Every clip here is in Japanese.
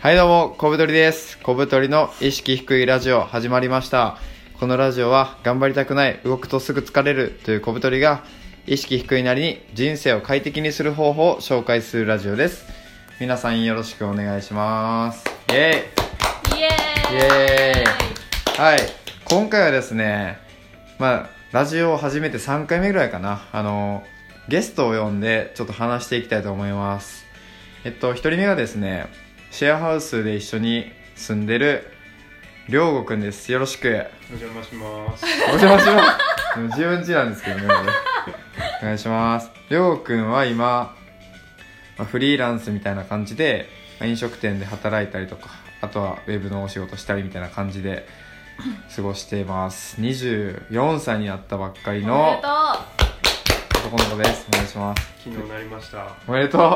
はいどうも、小太りです。小太りの意識低いラジオ始まりました。このラジオは頑張りたくない、動くとすぐ疲れるという小太りが意識低いなりに人生を快適にする方法を紹介するラジオです。皆さんよろしくお願いします。イェイイエーイイエはい、今回はですね、まあ、ラジオを始めて3回目ぐらいかな、あの、ゲストを呼んで、ちょっと話していきたいと思います。えっと、1人目がですね、シェアハウスで一緒に住んでる、りょうごくんです。よろしく。お邪魔 します。お邪魔します。でも自分家なんですけどね、俺お願いします。りょうくんは今、まあフリーランスみたいな感じで、まあ飲食店で働いたりとか、あとはウェブのお仕事したりみたいな感じで過ごしています。24歳になったばっかりおめのでと男の子です。お願いします。昨日なりました。おめでとう。うお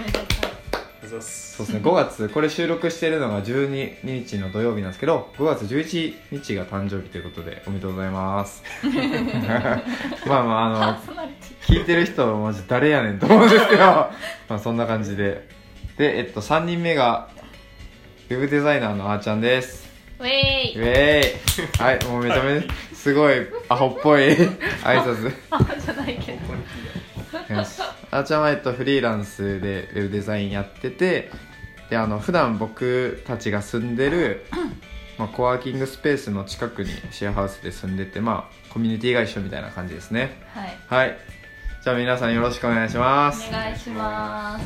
めでとあざっす。そうですね、5月、これ収録しているのが12日の土曜日なんですけど、5月11日が誕生日ということで、おめでとうございます。まあまあ、あうパのー、ソナリティ聞いてる人はマジ誰やねんと思うんですけど まあそんな感じででえっと3人目がウェブデザイナーのあーちゃんですウェイイェーイ はいもうめちゃめちゃすごいアホっ ぽい挨拶 あじゃないけどよしあーちゃんはえっとフリーランスでウェブデザインやっててであの普段僕たちが住んで る、まあ、コワーキングスペースの近くにシェアハウスで住んでてまあコミュニティが一緒みたいな感じですねはいはいじゃあ皆さんよろしくお願いしますお願いします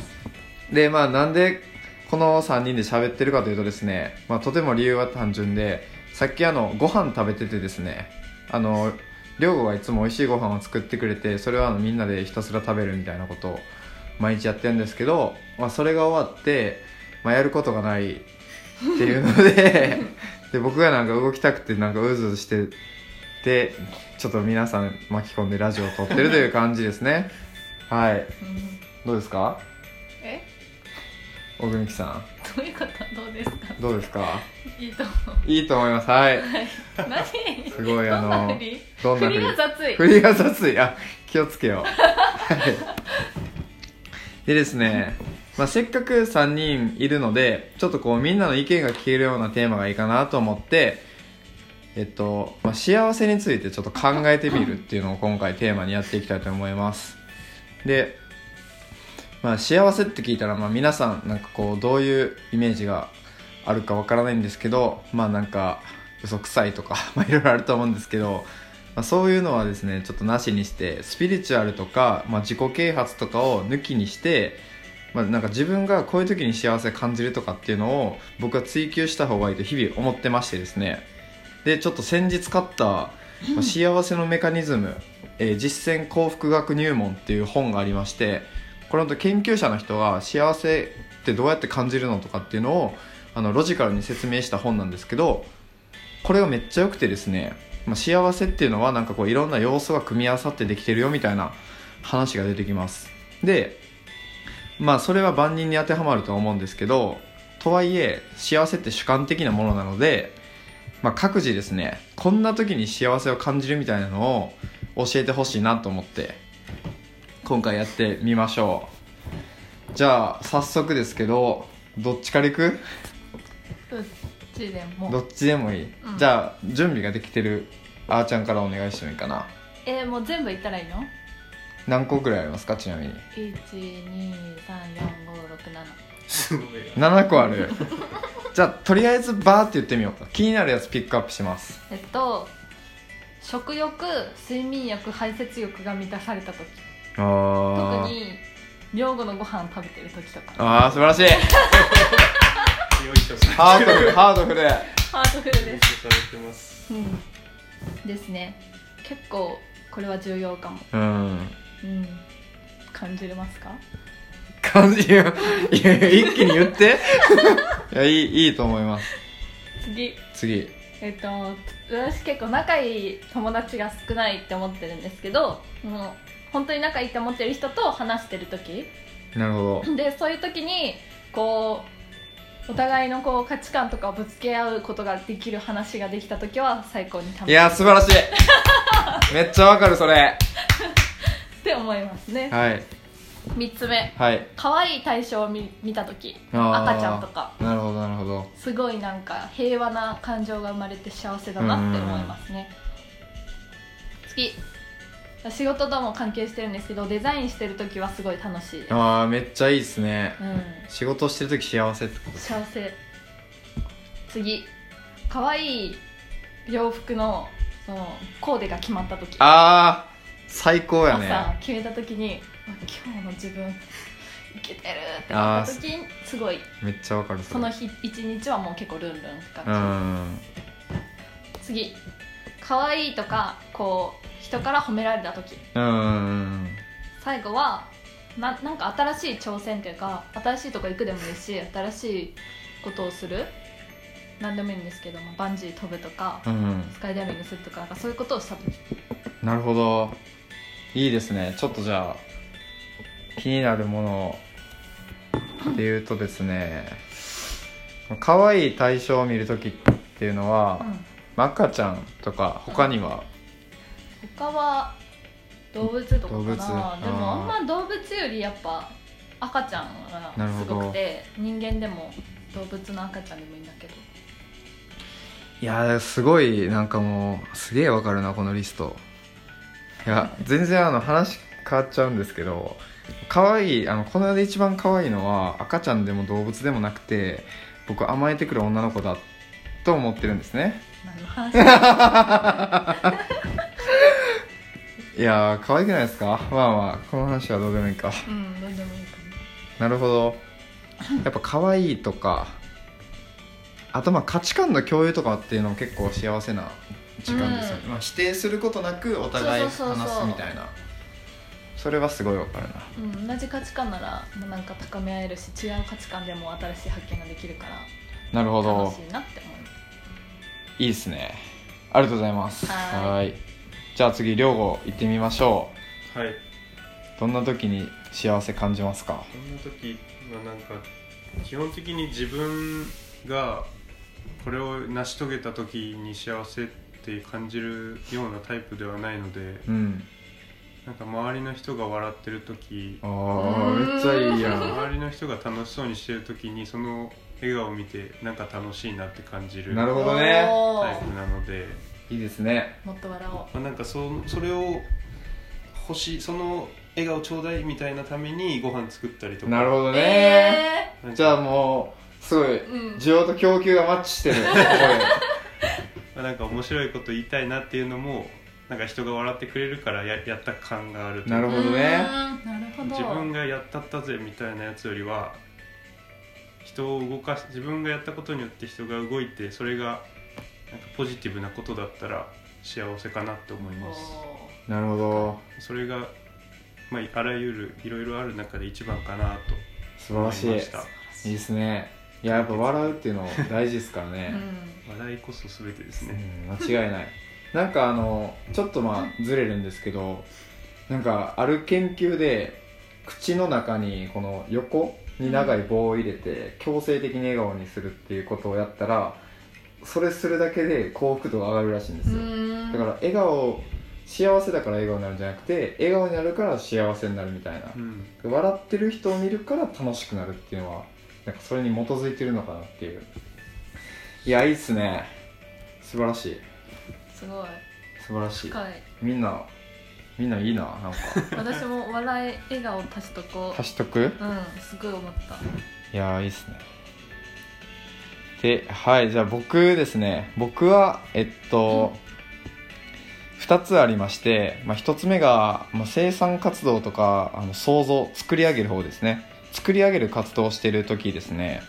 でまあなんでこの3人で喋ってるかというとですね、まあ、とても理由は単純でさっきあのご飯食べててですねあの寮吾がいつも美味しいご飯を作ってくれてそれをあのみんなでひたすら食べるみたいなことを毎日やってるんですけど、まあ、それが終わって、まあ、やることがないっていうのでで僕がなんか動きたくてなんかうずうずしててちょっと皆さん巻き込んでラジオを撮ってるという感じですねはいうんどうですかえ小国木さんどういうことどうですかどうですかいいと思いいと思います。はい。う何すごいあのどんな振りどんな振りが雑い振りが雑い。あ、気をつけよう。はい。でですね、まあ、せっかく3人いるので、ちょっとこうみんなの意見が聞けるようなテーマがいいかなと思って、えっと、まあ、幸せについてちょっと考えてみるっていうのを今回テーマにやっていきたいと思います。で、まあ、幸せって聞いたら、まあ、皆さんなんかこうどういうイメージがあるかわからないんですけどまあなんか嘘くさいとか まあいろいろあると思うんですけど、まあ、そういうのはですねちょっとなしにしてスピリチュアルとか、まあ、自己啓発とかを抜きにして、まあ、なんか自分がこういう時に幸せ感じるとかっていうのを僕は追求した方がいいと日々思ってましてですねでちょっと先日買ったまあ「幸せのメカニズム、えー実践幸福学入門」っていう本がありましてこれ本当研究者の人が幸せってどうやって感じるのとかっていうのをあのロジカルに説明した本なんですけどこれがめっちゃ良くてですね、まあ、幸せっていうのはなんかこういろんな要素が組み合わさってできてるよみたいな話が出てきますでまあそれは万人に当てはまるとは思うんですけどとはいえ幸せって主観的なものなので、まあ、各自ですねこんな時に幸せを感じるみたいなのを教えてほしいなと思って今回やってみましょうじゃあ早速ですけどどっちからいくどっちでもどっちでもいい、うんじゃあ準備ができてるあーちゃんからお願いしてもいいかなえーもう全部言ったらいいの何個ぐらいありますかちなみに一二三四五六七すごいな。 7個ある じゃあとりあえずバーって言ってみようか気になるやつピックアップしますえっと食欲睡眠欲排泄欲が満たされた時あ特に寮後のご飯食べてる時とかあー素晴らしいよいしょ。ハート フルハートフルハートフルよでいす、しょされてまうす。ん、ですね結構これは重要かも、うんうん、感じれますか感じよいやいや一気に言って いやいいいいと思います次次えっと私結構仲いい友達が少ないって思ってるんですけどもう本当に仲いいって思ってる人と話してる時なるほどでそういう時にこうお互いのこう価値観とかをぶつけ合うことができる話ができた時は最高に楽いしいっやー素晴らし いめっちゃわかるそれて思いますねはい3つ目はい可愛い対象を見見た時あー赤ちゃんとかなるほどなるほどすごいなんか平和な感情が生まれて幸せだなって思いますね次仕事とも関係してるんですけどデザインしてる時はすごい楽しいですああめっちゃいいですねうん仕事してる時幸せってことです幸せ次可愛い洋服のそのコーデが決まった時ああ最高やね朝決めた時にあ今日の自分いけてるってなった時にすごいめっちゃわかるそのれ日一日はもう結構ルンルン使っうてまんす次可愛いとかこう人から褒められた時うん最後はななんか新しい挑戦っていうか新しいとこ行くでもいいし新しいことをする何でもいいんですけどもバンジー飛ぶとかうんスカイダイビングするとかなんかそういうことをした時なるほどいいですねちょっとじゃあ気になるものっていうとですね可愛い対象を見る時っていうのは、うん赤ちゃんとか他には他は動物とかか動物あなーでもあんま動物よりやっぱ赤ちゃんなるがほすどごくて人間でも動物の赤ちゃんでもいいんだ けどいやーすごいなんかもうすげえわかるなこのリストいや全然あの話変わっちゃうんですけど可愛いあのこの世で一番可愛いのは赤ちゃんでも動物でもなくて僕甘えてくる女の子だと思ってるんですね何の話いやー可愛くないですかまあまあこの話はどうでもいいかうんどうでもいいかなるほどやっぱ可愛いとかあとまあ価値観の共有とかっていうのも結構幸せな時間ですよね、まあ、否定することなくお互い話すそうそうそうそうみたいなそれはすごいわかるなな、うん、同じ価値観ならまあなんか高め合えるし違う価値観でも新しい発見ができるからなるほ楽どしいなって思いますいいですねありがとうございますはーいーいじゃあ次両方行ってみましょはい。うどんな時に幸せ感じますかこんな時はなんか基本的に自分がこれを成し遂げた時に幸せって感じるようなタイプではないのでうんなんか周りの人が笑ってる時ああめっちゃいいやん周りの人が楽しそうにしてる時にその笑顔を見てなんか楽しいなって感じるなるタほどねおイープなので、いいですねもっと笑おうまあ、なんかそそれを欲しいその笑顔ちょうだいみたいなためにご飯作ったりとかなるほどね、えなんかじゃあもうすごいーうん需要と供給がマッチしてるこれまあなんか面白いこと言いたいなっていうのもなんか人が笑ってくれるからややった感があるというかなるほどねうーんなるほど自分がやったったぜみたいなやつよりは人を動かし自分がやったことによって人が動いてそれがなんかポジティブなことだったら幸せかなって思いますおなるほどそれが、まあ、あらゆるいろいろある中で一番かな素晴と思いらましいしたいいですねいややっぱ笑うっていうの大事ですからーうね、ん笑いこそ全てですうね、ん、間違いないなんかあのちょっとまあずれるんですけどなんかある研究で口の中にこの横に長い棒を入れて強制的に笑顔にするっていうことをやったらそれするだけで幸福度が上がるらしいんですよ、だから笑顔幸せだから笑顔になるんじゃなくて笑顔になるから幸せになるみたいなう、ん笑ってる人を見るから楽しくなるっていうのはなんかそれに基づいてるのかなっていういやいいっすね素晴らしいすごい素晴らしい深いみんなみんないいななんか私も笑い笑顔足しとこう足しとくうんすごい思ったいやーいいっすねではいじゃあ僕ですね僕はえっと、二2つありまして、まあ、1つ目が、まあ、生産活動とかあの創造作り上げる方ですね作り上げる活動をしている時ですね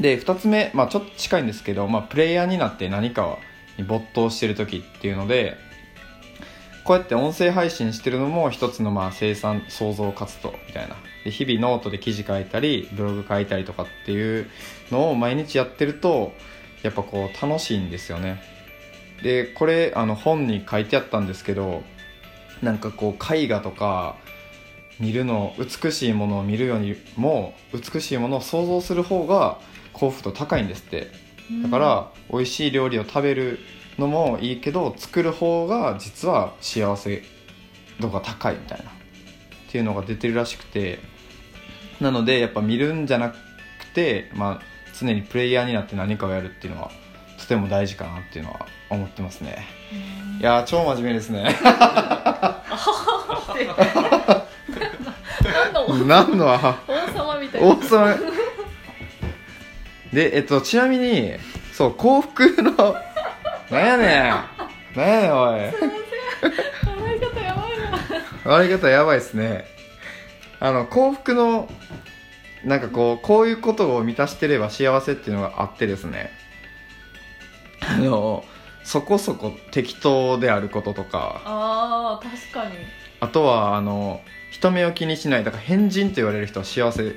で2つ目、まあ、ちょっと近いんですけど、まあ、プレイヤーになって何かに没頭してる時っていうのでこうやって音声配信してるのも一つのまあ生産創造活動みたいなで日々ノートで記事書いたりブログ書いたりとかっていうのを毎日やってるとやっぱこう楽しいんですよねでこれあの本に書いてあったんですけどなんかこう絵画とか見るの美しいものを見るよりも美しいものを想像する方が幸福度高いんですってだから美味しい料理を食べるのもいいけど作る方が実は幸せ度が高いみたいなっていうのが出てるらしくてなのでやっぱ見るんじゃなくて、まあ、常にプレイヤーになって何かをやるっていうのはとても大事かなっていうのは思ってますねいやー超真面目ですね何の 何 のあ王様みたいな王様でえっとちなみにそう幸福のなんやねんなんやねんおい笑い方やばいな笑い方やばいですねあの幸福のなんかこうこういうことを満たしてれば幸せっていうのがあってですねあのそこそこ適当であることとかあー確かにあとはあの人目を気にしないだから変人と言われる人は幸せ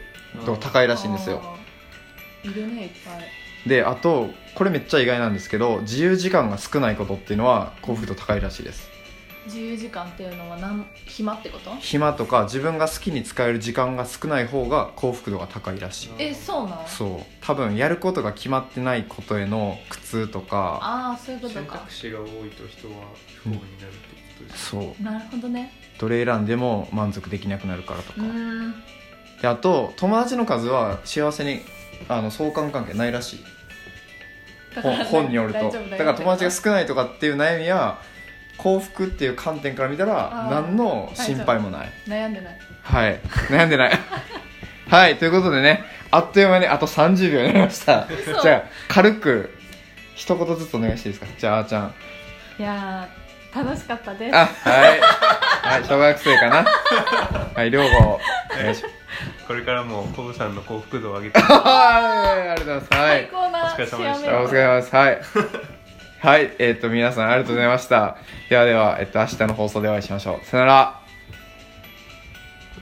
度が高いらしいんですよあーいるねいっぱいであとこれめっちゃ意外なんですけど自由時間が少ないことっていうのは幸福度高いらしいです自由時間っていうのはなん暇ってこと暇とか自分が好きに使える時間が少ない方が幸福度が高いらしいえそうなのそう多分やることが決まってないことへの苦痛とかああそういうこと選か択肢が多いと人は不幸になるってことですそうなるほどねどれ選んでも満足できなくなるからとうか、ーんであと友達の数は幸せにあの相関関係ないらしいだ本から本によると大だ丈夫よから友達が少ないとかっていう悩みは幸福っていう観点から見たらあー何の心配もない悩んでないはい悩んでない はいということでねあっという間にあと30秒になりました嘘じゃあ軽く一言ずつお願いしていいですかじゃああーちゃんいやー楽しかったです あはいはい小学生かなはい両方お願いしますこれからもコブさんの幸福度を上げて はいありがとうございますはい最高なお疲れ様でしたお疲れ様です。はい。はい。えっ、と、皆さんありがとうございました。ではでは、えっ、と、明日の放送でお会いしましょう。さよなら。